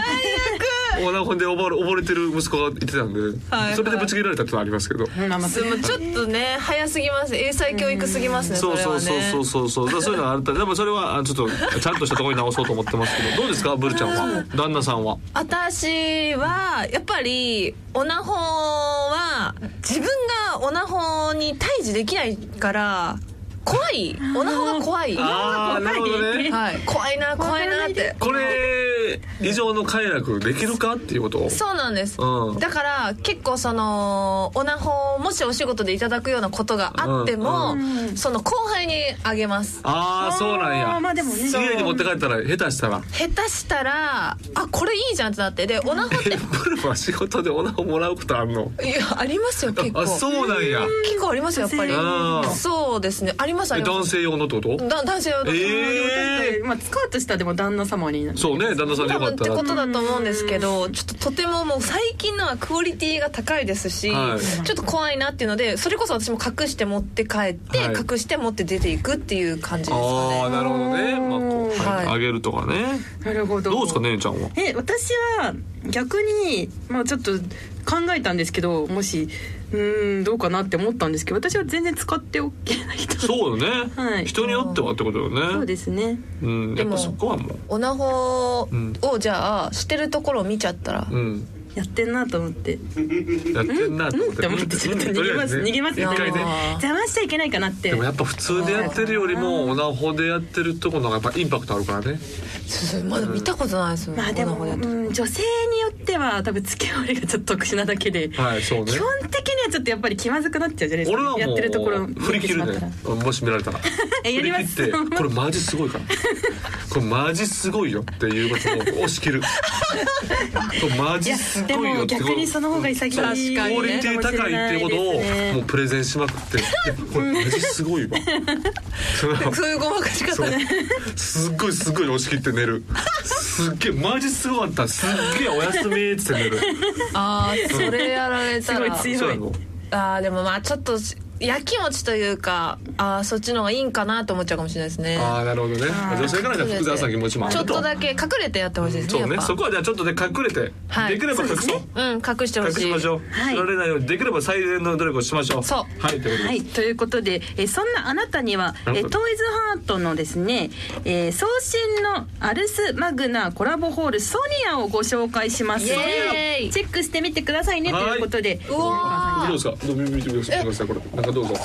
Speaker 3: オナホで溺れ溺れてる息子がいてたんで、
Speaker 5: はいはい
Speaker 3: それでぶち切られたってのはありますけど。
Speaker 4: まあまあ
Speaker 5: そうちょっとね早すぎます英才教育すぎますね
Speaker 3: そ
Speaker 5: そうれ
Speaker 3: そ
Speaker 5: は
Speaker 3: うそう
Speaker 5: ね
Speaker 3: そうそうそう、だからそういうのはあったでもそれはあちょっとちゃんとしたところに直そうと思ってますけどどうですかブルちゃんは旦那さんは
Speaker 5: 私はやっぱりオナホは自分がオナホに対峙できないから怖いオナホが怖い
Speaker 3: あーなるほどね
Speaker 5: はい、怖いな怖いなって
Speaker 3: これ以上の快楽できるかっていうこと
Speaker 5: そうなんです、
Speaker 3: うん
Speaker 5: だから結構そのオナホをもしお仕事でいただくようなことがあっても、
Speaker 3: う
Speaker 5: その後輩にあげます
Speaker 3: ああそうなんや、
Speaker 4: まあでもね
Speaker 3: 家に持って帰ったら下手したら
Speaker 5: 下手したらあこれいいじゃんってなってで オナホっ
Speaker 3: え
Speaker 5: て
Speaker 3: ブルは仕事でオナホもらうことあんの
Speaker 5: いやありますよ結構
Speaker 3: あそうなんや
Speaker 5: 結構ありますよやっぱり
Speaker 3: あー
Speaker 5: そうですねありますあ
Speaker 3: え
Speaker 5: りま
Speaker 3: 男
Speaker 5: す
Speaker 3: 性用のってこと
Speaker 5: だ男性は男性
Speaker 3: ええ
Speaker 4: まあ使うとしたらでも旦那様にな
Speaker 3: そうね旦那さんで
Speaker 5: 多
Speaker 3: よか
Speaker 5: 分っ
Speaker 3: ってた
Speaker 5: こと
Speaker 3: ら
Speaker 5: だと思うんですけどちょっととてももう最近のはクオリティが高いですし、
Speaker 3: はい
Speaker 5: ちょっと怖いなっていうのでそれこそ私も隠して持って帰って、
Speaker 3: はい
Speaker 5: 隠して持って出ていくっていう感じですか
Speaker 3: ああ
Speaker 5: ね
Speaker 3: なるほどねまあこう
Speaker 5: はい
Speaker 3: あげるとかね
Speaker 4: なるほど
Speaker 3: どうですか姉ちゃんは
Speaker 4: え私は逆にまあちょっと考えたんですけどもしうーんどうかなって思ったんですけど私は全然使って OK な人
Speaker 3: そうよね、
Speaker 4: はい
Speaker 3: 人によってはってことよね
Speaker 4: そうですね
Speaker 3: うん、やっぱそこはも
Speaker 5: オナホをじゃあしてるところを見ちゃったら
Speaker 3: う、うん、
Speaker 4: やってんなと思って
Speaker 3: やってんなと
Speaker 4: う
Speaker 3: 思
Speaker 4: ん
Speaker 3: っ
Speaker 4: ってて思ってちょっと
Speaker 3: う
Speaker 4: 逃
Speaker 3: ん
Speaker 4: げます
Speaker 3: とりあえずね
Speaker 4: 逃げます
Speaker 5: 一
Speaker 4: よ
Speaker 5: 回ね
Speaker 4: 邪魔しちゃいけないかなって
Speaker 3: でもやっぱ普通でやってるよりもオナホでやってるとこの方がやっぱインパクトあるからね
Speaker 5: そうそうまだ見たことないですよ、
Speaker 4: まあで
Speaker 5: オ
Speaker 4: も
Speaker 5: ナホやってる
Speaker 4: うん女性によっては多分付き合われがちょっと特殊なだけで、
Speaker 3: はいそうね
Speaker 4: 基本的にはちょっとやっぱり気まずくなっちゃうじゃないですか
Speaker 3: 俺は
Speaker 4: や
Speaker 3: も
Speaker 4: ってるところ
Speaker 3: う振り切る
Speaker 4: 見てしま
Speaker 3: ね
Speaker 4: っ
Speaker 3: もし見られたら
Speaker 4: えやります
Speaker 3: 振り切ってこれマジすごいからこれマジすごいよっていうことを押し 切るこれマジす
Speaker 4: たら
Speaker 3: ごい
Speaker 4: で
Speaker 3: よ
Speaker 4: も
Speaker 3: ってこと
Speaker 4: 逆にその方が潔い
Speaker 3: そう
Speaker 5: 確かにね
Speaker 3: クオリティ高いっていうことをもうプレゼンしまく っていやこれマジすごいわその
Speaker 5: そういうごまかし方ね
Speaker 3: すっごいすっごい押し切って寝るすっげえマジすごかったすっげえおやすみっつって寝る
Speaker 5: ああそれやられたら
Speaker 4: すごい強い
Speaker 3: そうやろ
Speaker 5: ああでもまあちょっとやきもちというかあーそっちの方がいいんかなと思っちゃうかもしれないですね
Speaker 3: ああなるほどね女性からじゃ複雑な気持ちもある
Speaker 5: ちょっとだ
Speaker 3: と
Speaker 5: け隠れてやってほしいですね
Speaker 3: そうね
Speaker 5: やっぱ
Speaker 3: そこはじゃあちょっとね隠れて
Speaker 5: はい
Speaker 3: できれば隠そう
Speaker 5: うん隠してほ
Speaker 3: 隠
Speaker 5: しい
Speaker 3: しましょう知られないようにできれば最善の努力をしましょう
Speaker 5: そう
Speaker 3: はいということ
Speaker 4: は
Speaker 3: で
Speaker 4: い、ということで、えーそんなあなたには、え
Speaker 3: なる
Speaker 4: ー
Speaker 3: ほど
Speaker 4: トイズハートのですね、えー送信のアルスマグナコラボホールソニアをご紹介します
Speaker 5: イ
Speaker 4: の
Speaker 5: エー
Speaker 4: で
Speaker 5: イ
Speaker 4: チェックしてみてくださいねと
Speaker 3: は
Speaker 4: い
Speaker 3: い
Speaker 4: うことで
Speaker 5: うわ
Speaker 3: どうですかどう見てくださいこれなんかどうぞ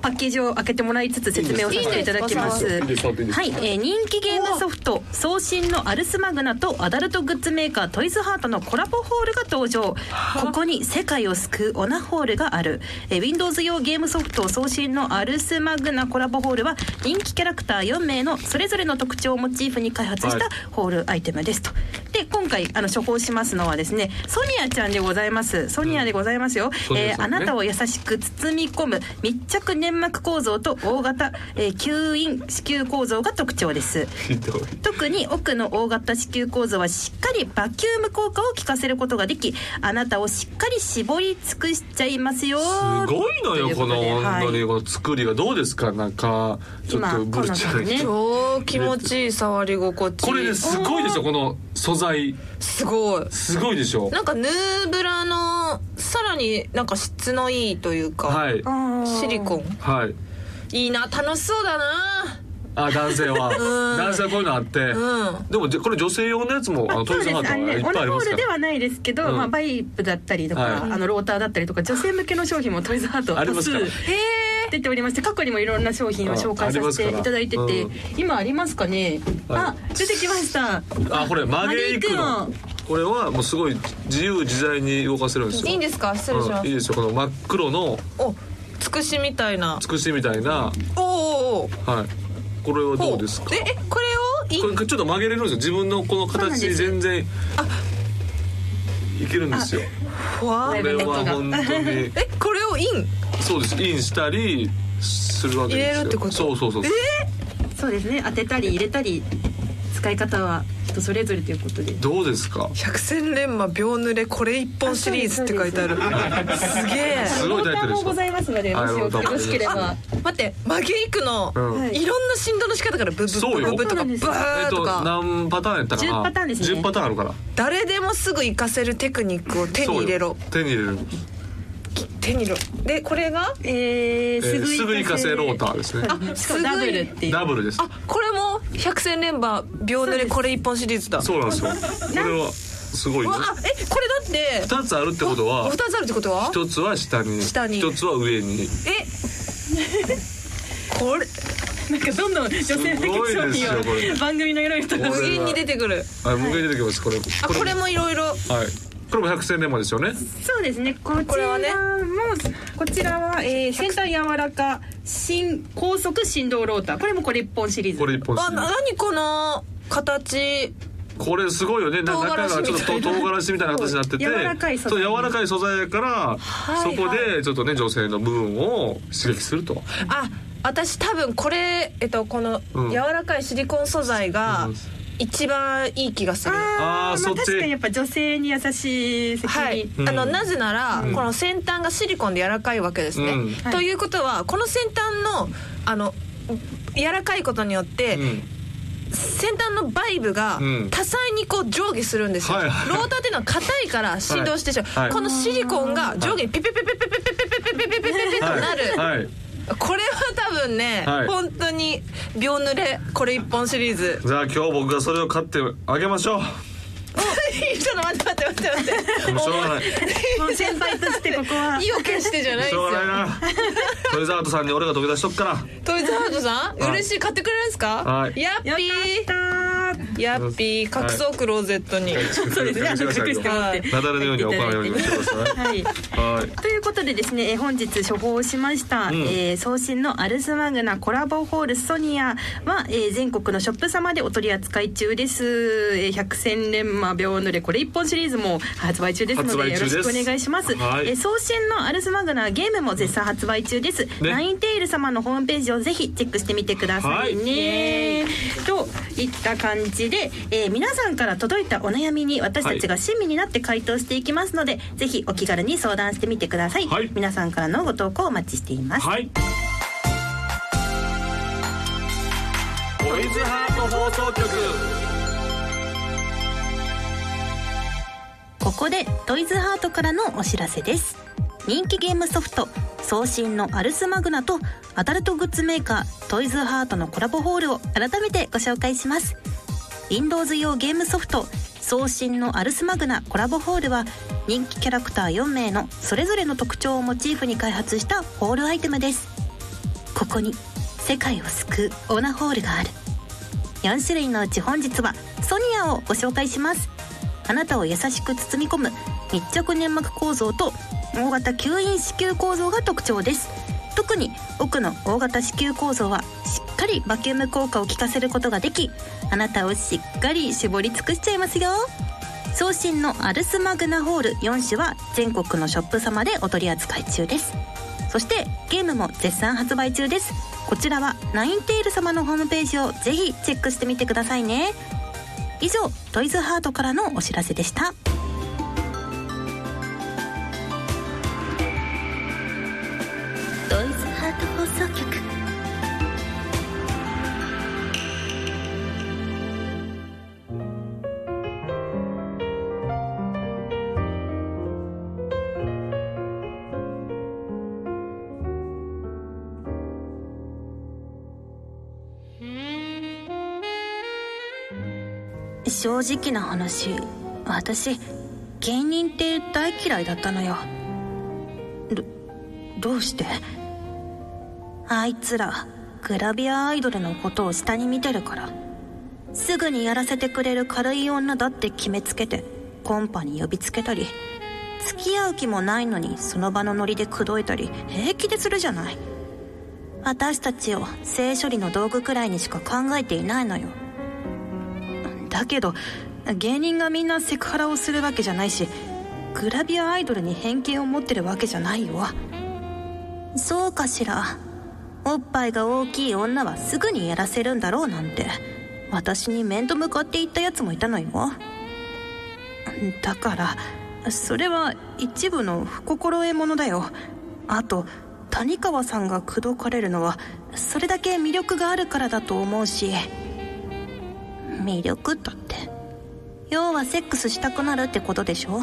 Speaker 4: パッケージを開けてもらいつつ説明をさせていただきます
Speaker 5: い
Speaker 3: いんですかいいんですか
Speaker 4: はい、えー人気ゲームソフト送信のアルスマグナとアダルトグッズメーカートイズハートのコラボホールが登場ここに世界を救うオナホールがある、えー Windows 用ゲームソフト送信のアルスマグナコラボホールは人気キャラクター4名のそれぞれの特徴をモチーフに開発し
Speaker 3: は
Speaker 4: た
Speaker 3: い
Speaker 4: ホールアイテムですと、で今回あの処方しますのはですねソニアちゃんでございますソニアでございますよ、
Speaker 3: ソニア
Speaker 4: えー
Speaker 3: さ
Speaker 4: あ
Speaker 3: んね
Speaker 4: なたを優しく包み込む密着粘膜構造と大型、えー吸引子宮構造が特徴です
Speaker 3: ひどい
Speaker 4: 特に奥の大型子宮構造はしっかりバキューム効果を効かせることができあなたをしっかり絞り尽くしちゃいますよ
Speaker 3: すごいの
Speaker 4: と
Speaker 3: よ
Speaker 4: う
Speaker 3: こ
Speaker 4: とで
Speaker 3: の
Speaker 4: は
Speaker 3: 本当
Speaker 4: い
Speaker 3: にこの作りがどうですかなんかちょっと
Speaker 4: 今
Speaker 3: ブルちゃん
Speaker 4: こんなのね
Speaker 5: 超気持ちいい触り心地
Speaker 3: これですごいでしょこの素材
Speaker 5: すごい
Speaker 3: すごいでしょ
Speaker 5: なんかヌーブラのさらになんか質のいいというか、
Speaker 3: はい
Speaker 5: シリコン
Speaker 3: はい
Speaker 5: いいな楽しそうだな
Speaker 3: あ男性 は
Speaker 5: うん
Speaker 3: 男性はこういうのあって
Speaker 5: うん
Speaker 3: でもじゃこれ女性用のやつもあのト
Speaker 4: そ
Speaker 3: イ
Speaker 4: う
Speaker 3: ズ
Speaker 4: です
Speaker 3: ハート
Speaker 4: あの
Speaker 3: は
Speaker 4: ね
Speaker 3: いっ
Speaker 4: オ
Speaker 3: ぱいあ
Speaker 4: ナ
Speaker 3: り
Speaker 4: ホー
Speaker 3: ますか
Speaker 4: ルで
Speaker 3: ら
Speaker 4: はないですけど、
Speaker 3: うん
Speaker 4: まあ、バイプだったりとか、
Speaker 3: はい
Speaker 4: あのローターだったりとか女性向けの商品もトイズハート
Speaker 3: ありま
Speaker 4: 多
Speaker 3: す
Speaker 4: 数
Speaker 3: から
Speaker 4: 出ておりまして過去にもいろんな商品を紹介させていただいて
Speaker 3: ああり
Speaker 4: て、
Speaker 3: ます
Speaker 4: 今ありますかね、
Speaker 3: は
Speaker 4: あ出てきました
Speaker 3: あこれ曲げいく
Speaker 4: 曲
Speaker 3: の
Speaker 4: げい
Speaker 3: これはもうすごい自由自在に動かせるんですよ
Speaker 5: いいんですか失礼し
Speaker 3: う
Speaker 5: ま
Speaker 3: ん
Speaker 5: す、
Speaker 3: いいですよこの真っ黒の
Speaker 5: おつくしみたいな
Speaker 3: つくしみたいな
Speaker 5: おーおーおー
Speaker 3: はいこれはどうですか
Speaker 5: ええこれをい
Speaker 3: これちょっと曲げれるんですよ自分のこの形全然いけるんですよ
Speaker 5: ふわ
Speaker 3: こ
Speaker 5: ー
Speaker 3: れは本当 に
Speaker 5: えこれをイン
Speaker 3: そうですインしたりするわけですよ
Speaker 5: 入れるってこと
Speaker 3: そうそうそう、
Speaker 4: そうですね当てたり入れたり使い方は人それぞれということで
Speaker 3: どうですか
Speaker 5: 百戦錬磨秒濡れこれ一本シリーズって書いてあるすげえ
Speaker 3: すごいタイトルで
Speaker 4: も
Speaker 3: し
Speaker 4: ご
Speaker 3: た
Speaker 4: ざいますのでもしよろしければ
Speaker 5: 待って曲げいくの、
Speaker 3: うん
Speaker 5: い、ろんな振動の仕方からブブ
Speaker 3: そう
Speaker 5: ブ
Speaker 3: よ
Speaker 5: ブブとかブ
Speaker 3: えっ
Speaker 5: ーと
Speaker 3: と
Speaker 5: か
Speaker 3: 何パターンやったかな
Speaker 4: 10パターンですね
Speaker 3: 10パターンあるから
Speaker 5: 誰でもすぐ活かせるテクニックを手に入れろ
Speaker 3: そうよ手に入れる
Speaker 5: 手に入れろでこれが
Speaker 4: え
Speaker 3: え
Speaker 4: ー、
Speaker 3: ーすぐいかせローターですね
Speaker 5: あ
Speaker 4: しかもダブルっていう
Speaker 3: ダブルです
Speaker 5: あこれも百戦錬磨秒濡れこれ一本シリーズだ
Speaker 3: そうなんですよこれはすごいうね
Speaker 5: わあえこれだって
Speaker 3: 2つあるってこと
Speaker 5: あ
Speaker 3: は
Speaker 5: 二つあるってことは
Speaker 3: 1つは下に
Speaker 5: 下に
Speaker 3: 1つは上に
Speaker 5: えこれ
Speaker 4: なんかどんどん女性的
Speaker 3: すごい
Speaker 4: 商
Speaker 3: ですよこれ
Speaker 4: 品を番組のいろいろと
Speaker 5: 無限に出てくる
Speaker 3: あ向け出てきますこれ
Speaker 5: あこれもいろいろ
Speaker 3: はいこれも百戦錬磨ですよね
Speaker 4: そうですねこちらも
Speaker 5: これはね
Speaker 4: こちらは、えー、先端柔らか新高速振動ローターこれもこれ一本シリーズ
Speaker 3: これ一本
Speaker 5: あな何この形
Speaker 3: これすごいよねな
Speaker 5: 唐辛子
Speaker 3: 中がちょっと
Speaker 5: みたいな
Speaker 3: 唐辛子みたいな形になってて
Speaker 4: そう柔らかい素材
Speaker 3: そう柔らかい素材やから
Speaker 5: い
Speaker 3: そこでちょっとね女性の部分を刺激すると
Speaker 5: あ私多分これえっとこの
Speaker 3: うん
Speaker 5: 柔らかいシリコン素材が
Speaker 3: うん
Speaker 5: 一番いい気がする、
Speaker 3: あー
Speaker 4: ま
Speaker 3: そ
Speaker 4: あ
Speaker 3: っ
Speaker 4: 確かに
Speaker 3: ち
Speaker 4: やっぱ女性に優しい責任、
Speaker 5: はい、
Speaker 3: うん
Speaker 5: あのなぜなら、この先端がシリコンで柔らかいわけですね。
Speaker 3: うん
Speaker 5: ということはこの先端のあの柔らかいことによって、
Speaker 3: うん
Speaker 5: 先端のバイブが
Speaker 3: うん
Speaker 5: 多彩にこう上下するんですよ、
Speaker 3: はいはい
Speaker 5: ローターっていうのは硬いから振動してしまう、
Speaker 3: はいはい
Speaker 5: このシリコンが上下にピピピピピピピピピピピピピピとなる、
Speaker 3: はいはい
Speaker 5: これは多分ね、
Speaker 3: はい
Speaker 5: 本当に秒濡れこれ一本シリーズ
Speaker 3: じゃあ今日僕がそれを買ってあげましょう
Speaker 5: ちょっと待って待って待って待って
Speaker 3: でもしょうがないし
Speaker 4: もう先輩としてここ は
Speaker 5: 意を決してじゃないです
Speaker 3: ょ
Speaker 5: よ
Speaker 3: うがないなトイザートさんに俺が飛び出しとくから
Speaker 5: トイズハートさん
Speaker 3: はい
Speaker 5: 嬉しい買ってくれるんですか、
Speaker 3: はい
Speaker 5: やっぴーやっぴー隠そうクローゼットに、
Speaker 4: そうですねあの隠してもらって
Speaker 3: なだれのように行うようにしてくださ
Speaker 4: はい
Speaker 3: いはい
Speaker 4: ということでですね、えー本日処方しました、
Speaker 3: ん
Speaker 4: えー送信のアルスマグナコラボホールソニアは、えー全国のショップ様でお取り扱い中です。えー百戦錬磨秒濡れこれ一本シリーズも発売中ですの
Speaker 3: 発売
Speaker 4: で
Speaker 3: 中
Speaker 4: よ
Speaker 3: で
Speaker 4: ろ
Speaker 3: す
Speaker 4: しくお願いします。
Speaker 3: はい
Speaker 4: えー送信のアルスマグナゲームも絶賛発売中です。
Speaker 3: ね
Speaker 4: ナインテール様のホームページをぜひチェックしてみてください
Speaker 3: はい
Speaker 4: ね。といった感じで、えー皆さんから届いたお悩みに私たちが親身になって回答していきますので、ぜひお気軽に相談してみてください、
Speaker 3: はい
Speaker 4: 皆さんからのご投稿お待ちしています、
Speaker 3: はい。トイズハート放送局。
Speaker 1: ここでトイズハートからのお知らせです人気ゲームソフト送信のアルスマグナとアダルトグッズメーカートイズハートのコラボホールを改めてご紹介します Windows 用ゲームソフト送信のアルスマグナコラボホールは人気キャラクター4名のそれぞれの特徴をモチーフに開発したホールアイテムですここに世界を救うオナホールがある4種類のうち本日はソニアをご紹介しますあなたを優しく包み込む密着粘膜構造と大型吸引子宮構造が特徴です特に奥の大型子宮構造はしっかりバキューム効果を効かせることができあなたをしっかり絞り尽くしちゃいますよ送信のアルスマグナホール4種は全国のショップ様でお取り扱い中ですそしてゲームも絶賛発売中ですこちらはナインテール様のホームページをぜひチェックしてみてくださいね以上トイズハートからのお知らせでしたトイズハート放送局正直な話私芸人って大嫌いだったのよどどうしてあいつらグラビアアイドルのことを下に見てるからすぐにやらせてくれる軽い女だって決めつけてコンパに呼びつけたり付き合う気もないのにその場のノリで口説いたり平気でするじゃない私たちを性処理の道具くらいにしか考えていないのよ
Speaker 4: だけど芸人がみんなセクハラをするわけじゃないしグラビアアイドルに偏見を持ってるわけじゃないよ
Speaker 1: そうかしらおっぱいが大きい女はすぐにやらせるんだろうなんて私に面と向かって言ったやつもいたのよ
Speaker 4: だからそれは一部の不心得者だよあと谷川さんが口説かれるのはそれだけ魅力があるからだと思うし
Speaker 1: 魅力だって要はセックスしたくなるってことでしょ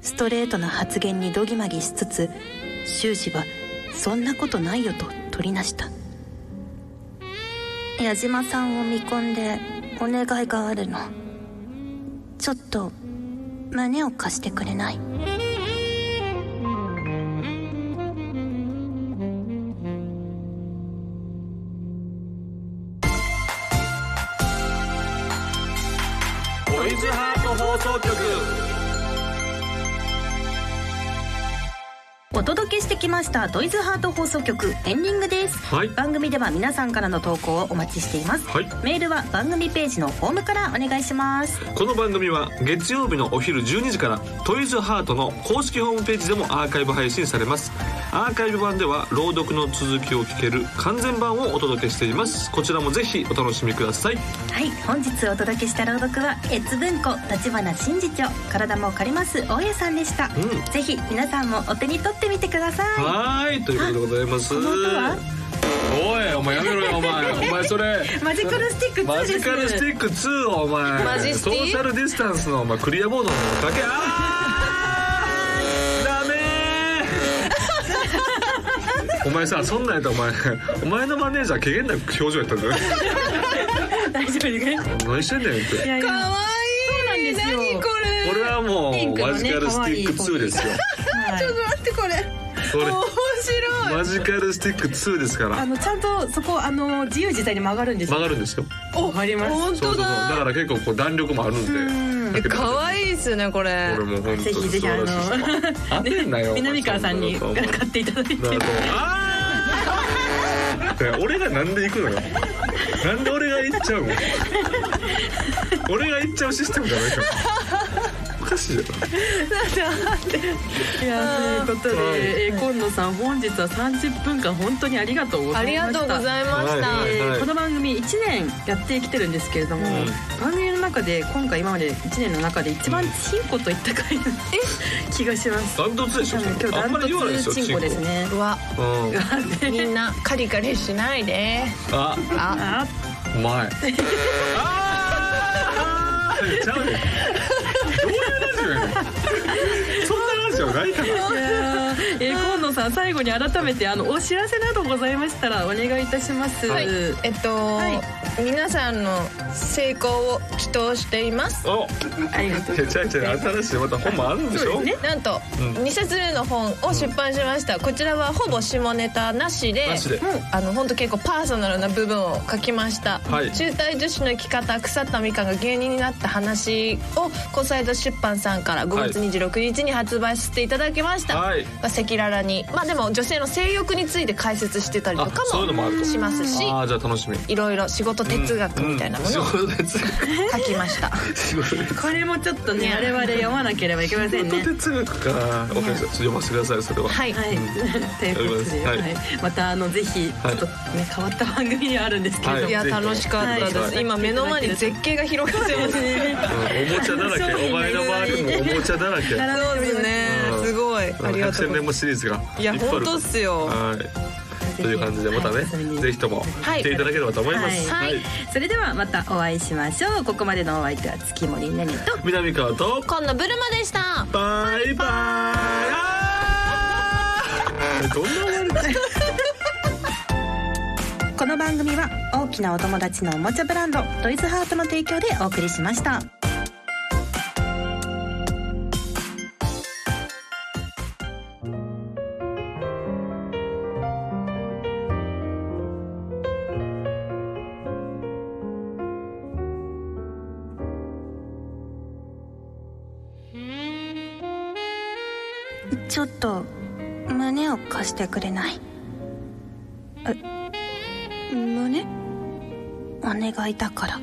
Speaker 1: ストレートな発言にどぎまぎしつつ修士はそんなことないよと取りなした
Speaker 2: 矢島さんを見込んでお願いがあるのちょっと胸を貸してくれない
Speaker 3: トイズハート放送局
Speaker 4: お届けしてきましたトイズハート放送局エンディングです
Speaker 3: はい
Speaker 4: 番組では皆さんからの投稿をお待ちしています
Speaker 3: はい
Speaker 4: メールは番組ページのフォームからお願いします
Speaker 3: この番組は月曜日のお昼12時からトイズハートの公式ホームページでもアーカイブ配信されますアーカイブ版では朗読の続きを聞ける完全版をお届けしていますこちらもぜひお楽しみください
Speaker 4: はい本日お届けした朗読は越文庫立花真司著体も借ります大家さんでした、
Speaker 3: ん
Speaker 4: ぜひ皆さんもお手に取ってみてください
Speaker 3: はーいということでございます
Speaker 4: この音は
Speaker 3: おいお前やめろよお前お前それ
Speaker 4: マジカルス ティック2
Speaker 3: マ
Speaker 4: です
Speaker 3: ジカルスティック2をお前
Speaker 5: マジステ
Speaker 3: ソ
Speaker 5: ィ
Speaker 3: ーシャルディスタンスのお前クリアボードのかけあ ーダメーお前さそんなんやったらお前お前のマネージャーけげんな表情やったんだよ
Speaker 4: 大丈夫です
Speaker 3: 何してんねんって
Speaker 4: いやい
Speaker 5: か
Speaker 4: や
Speaker 5: わいい
Speaker 4: そうなんですよ
Speaker 5: 何これ
Speaker 3: これはも
Speaker 4: ピン
Speaker 3: う
Speaker 4: クのね
Speaker 3: マジカルスティック2ですよ
Speaker 4: はい
Speaker 5: ちょっと待ってこ
Speaker 3: こ
Speaker 5: れ
Speaker 3: れ
Speaker 5: 面白い
Speaker 3: マジカルスティック2ですか
Speaker 4: あ
Speaker 3: ら
Speaker 4: のちゃんとそこあの自由自在に曲がるんですよ
Speaker 3: 曲がるんですよ
Speaker 4: 曲がります
Speaker 5: 本
Speaker 3: そうそう
Speaker 5: 当
Speaker 3: そうだか
Speaker 5: だ
Speaker 3: ら結構こう弾力もあるんで
Speaker 5: かわいいっすねこれ
Speaker 3: 俺も本当に
Speaker 4: ぜひぜひあの
Speaker 3: 素晴らしい 当てんなよお前
Speaker 4: 南川さんに
Speaker 3: そな
Speaker 4: 買
Speaker 3: こと
Speaker 4: っていただいて
Speaker 3: なるほどあー俺がなんで行くのよなんで俺が行っちゃうの俺が行っちゃうシステムじゃないからおかしいよ
Speaker 4: いやということで、えー、今野さん本日は30分間本当にありがとうござ
Speaker 5: あ
Speaker 4: い
Speaker 5: り
Speaker 4: ま
Speaker 5: が
Speaker 4: した
Speaker 5: とうございました、
Speaker 3: はいはい
Speaker 4: この番組1年やってきてるんですけれども、
Speaker 3: ん
Speaker 4: 番組の中で今回今まで1年の中で一番チンコといった回 な気がします
Speaker 3: ダントツでしょ
Speaker 4: 今日
Speaker 3: あ
Speaker 4: ダ
Speaker 3: ん
Speaker 4: ン
Speaker 3: まり言わない
Speaker 4: ト
Speaker 3: ですよ
Speaker 4: ツチンコですね
Speaker 5: うわ
Speaker 3: チンコうん
Speaker 5: みんなカリカリしないで
Speaker 3: あ
Speaker 4: あ
Speaker 5: あ
Speaker 3: うまいあーちゃうねんどういうラジオやねんそんなラジオないから
Speaker 4: いやー えー、今野さん最後に改めてあのお知らせなどございましたらお願いいたします、
Speaker 3: はい
Speaker 5: えっと、皆さんの成功を祈祷しています
Speaker 3: お
Speaker 4: ありがとう
Speaker 3: いやちゃうちゃう新しいまた本もあるんでしょ
Speaker 5: なんと、
Speaker 3: うん
Speaker 5: 二冊目の本を出版しましたこちらはほぼ下ネタなしで
Speaker 3: なしで
Speaker 5: あの本当結構パーソナルな部分を書きました、
Speaker 3: はい
Speaker 5: 中退女子の生き方草田美香が芸人になった話をコサイド出版さんから5月26日に発売させていただきました、
Speaker 3: はい
Speaker 5: まあ、赤裸々にまあでも女性の性欲について解説してたりとか
Speaker 3: あそういうのもある
Speaker 5: も
Speaker 3: と
Speaker 5: しますし
Speaker 3: ああじゃあ楽しみ
Speaker 5: いろいろ仕事哲学みたいなものを
Speaker 3: 仕事哲学
Speaker 5: 書きました、
Speaker 3: 仕事哲
Speaker 4: これもちょっとね我々読まなければいけませんね
Speaker 3: 学かおかしい読ませてくださいそれは
Speaker 5: はい
Speaker 4: はい、 ということで、
Speaker 3: は
Speaker 4: はいいまたあのぜひちょっとね、変わった番組ではあるんですけれども、
Speaker 3: はい
Speaker 5: いや楽しかったです、
Speaker 4: はい
Speaker 5: 今目の前に絶景が広がってます
Speaker 3: う
Speaker 5: ね
Speaker 3: んおもちゃだらけお前の周りもおもちゃだらけ
Speaker 5: そうですね
Speaker 3: うん
Speaker 5: すごいありが
Speaker 3: 百
Speaker 5: と
Speaker 3: 戦
Speaker 5: うござい
Speaker 3: 錬
Speaker 5: ま
Speaker 3: もシリーズが
Speaker 5: すいや
Speaker 3: っぱある
Speaker 5: 本当っすよ
Speaker 3: はいという感じでまたね
Speaker 4: はい遊びに
Speaker 3: ぜひとも
Speaker 5: はい
Speaker 3: 来ていただければと思います
Speaker 5: はい
Speaker 3: はい
Speaker 4: それではまたお会いしましょうここまでのお相手は月森ねねと
Speaker 3: 南川と
Speaker 5: 今度ブルマでした
Speaker 3: バイバイあーどんな終わりだ
Speaker 4: この番組は大きなお友達のおもちゃブランドトイズハートの提供でお送りしました
Speaker 2: ちょっと胸を貸してくれないえ胸お願いだから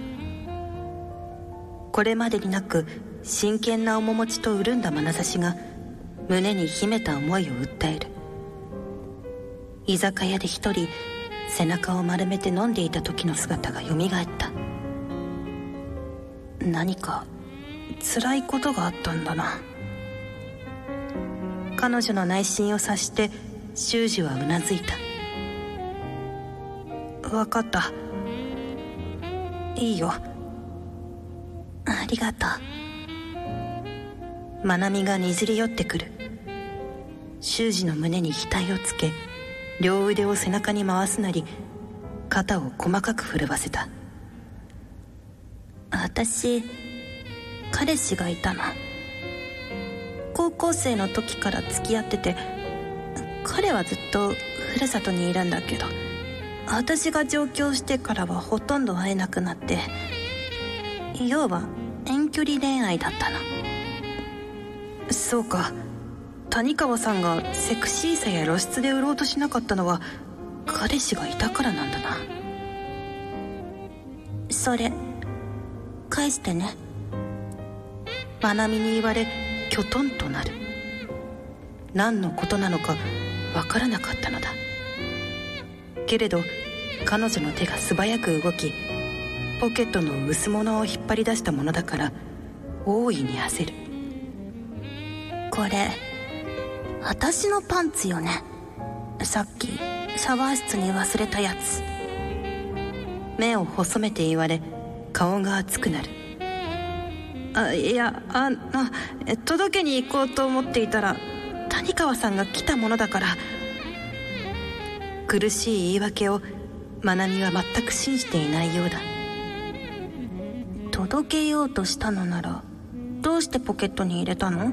Speaker 4: これまでになく真剣な面持ちと潤んだ眼差しが胸に秘めた思いを訴える居酒屋で一人背中を丸めて飲んでいた時の姿が蘇った何か辛いことがあったんだな彼女の内心を察して修二はうなずいた分かったいいよ
Speaker 6: ありがと
Speaker 4: まなみがにじり寄ってくる修二の胸に額をつけ両腕を背中に回すなり肩を細かく震わせた
Speaker 6: う私彼氏がいたの高校生の時から付き合ってて彼はずっとふるさとにいるんだけど私が上京してからはほとんど会えなくなって要は遠距離恋愛だったの
Speaker 4: そうか谷川さんがセクシーさや露出で売ろうとしなかったのは彼氏がいたからなんだな
Speaker 6: それ返してね
Speaker 4: まなみに言われきょとんとなる何のことなのかわからなかったのだけれど彼女の手が素早く動きポケットの薄物を引っ張り出したものだから大いに焦る
Speaker 6: これ私のパンツよねさっきシャワー室に忘れたやつ
Speaker 4: 目を細めて言われ顔が熱くなるあいやあの届けに行こうと思っていたら谷川さんが来たものだから苦しい言い訳をまなみは全く信じていないようだ
Speaker 6: 届けようとしたのならどうしてポケットに入れたの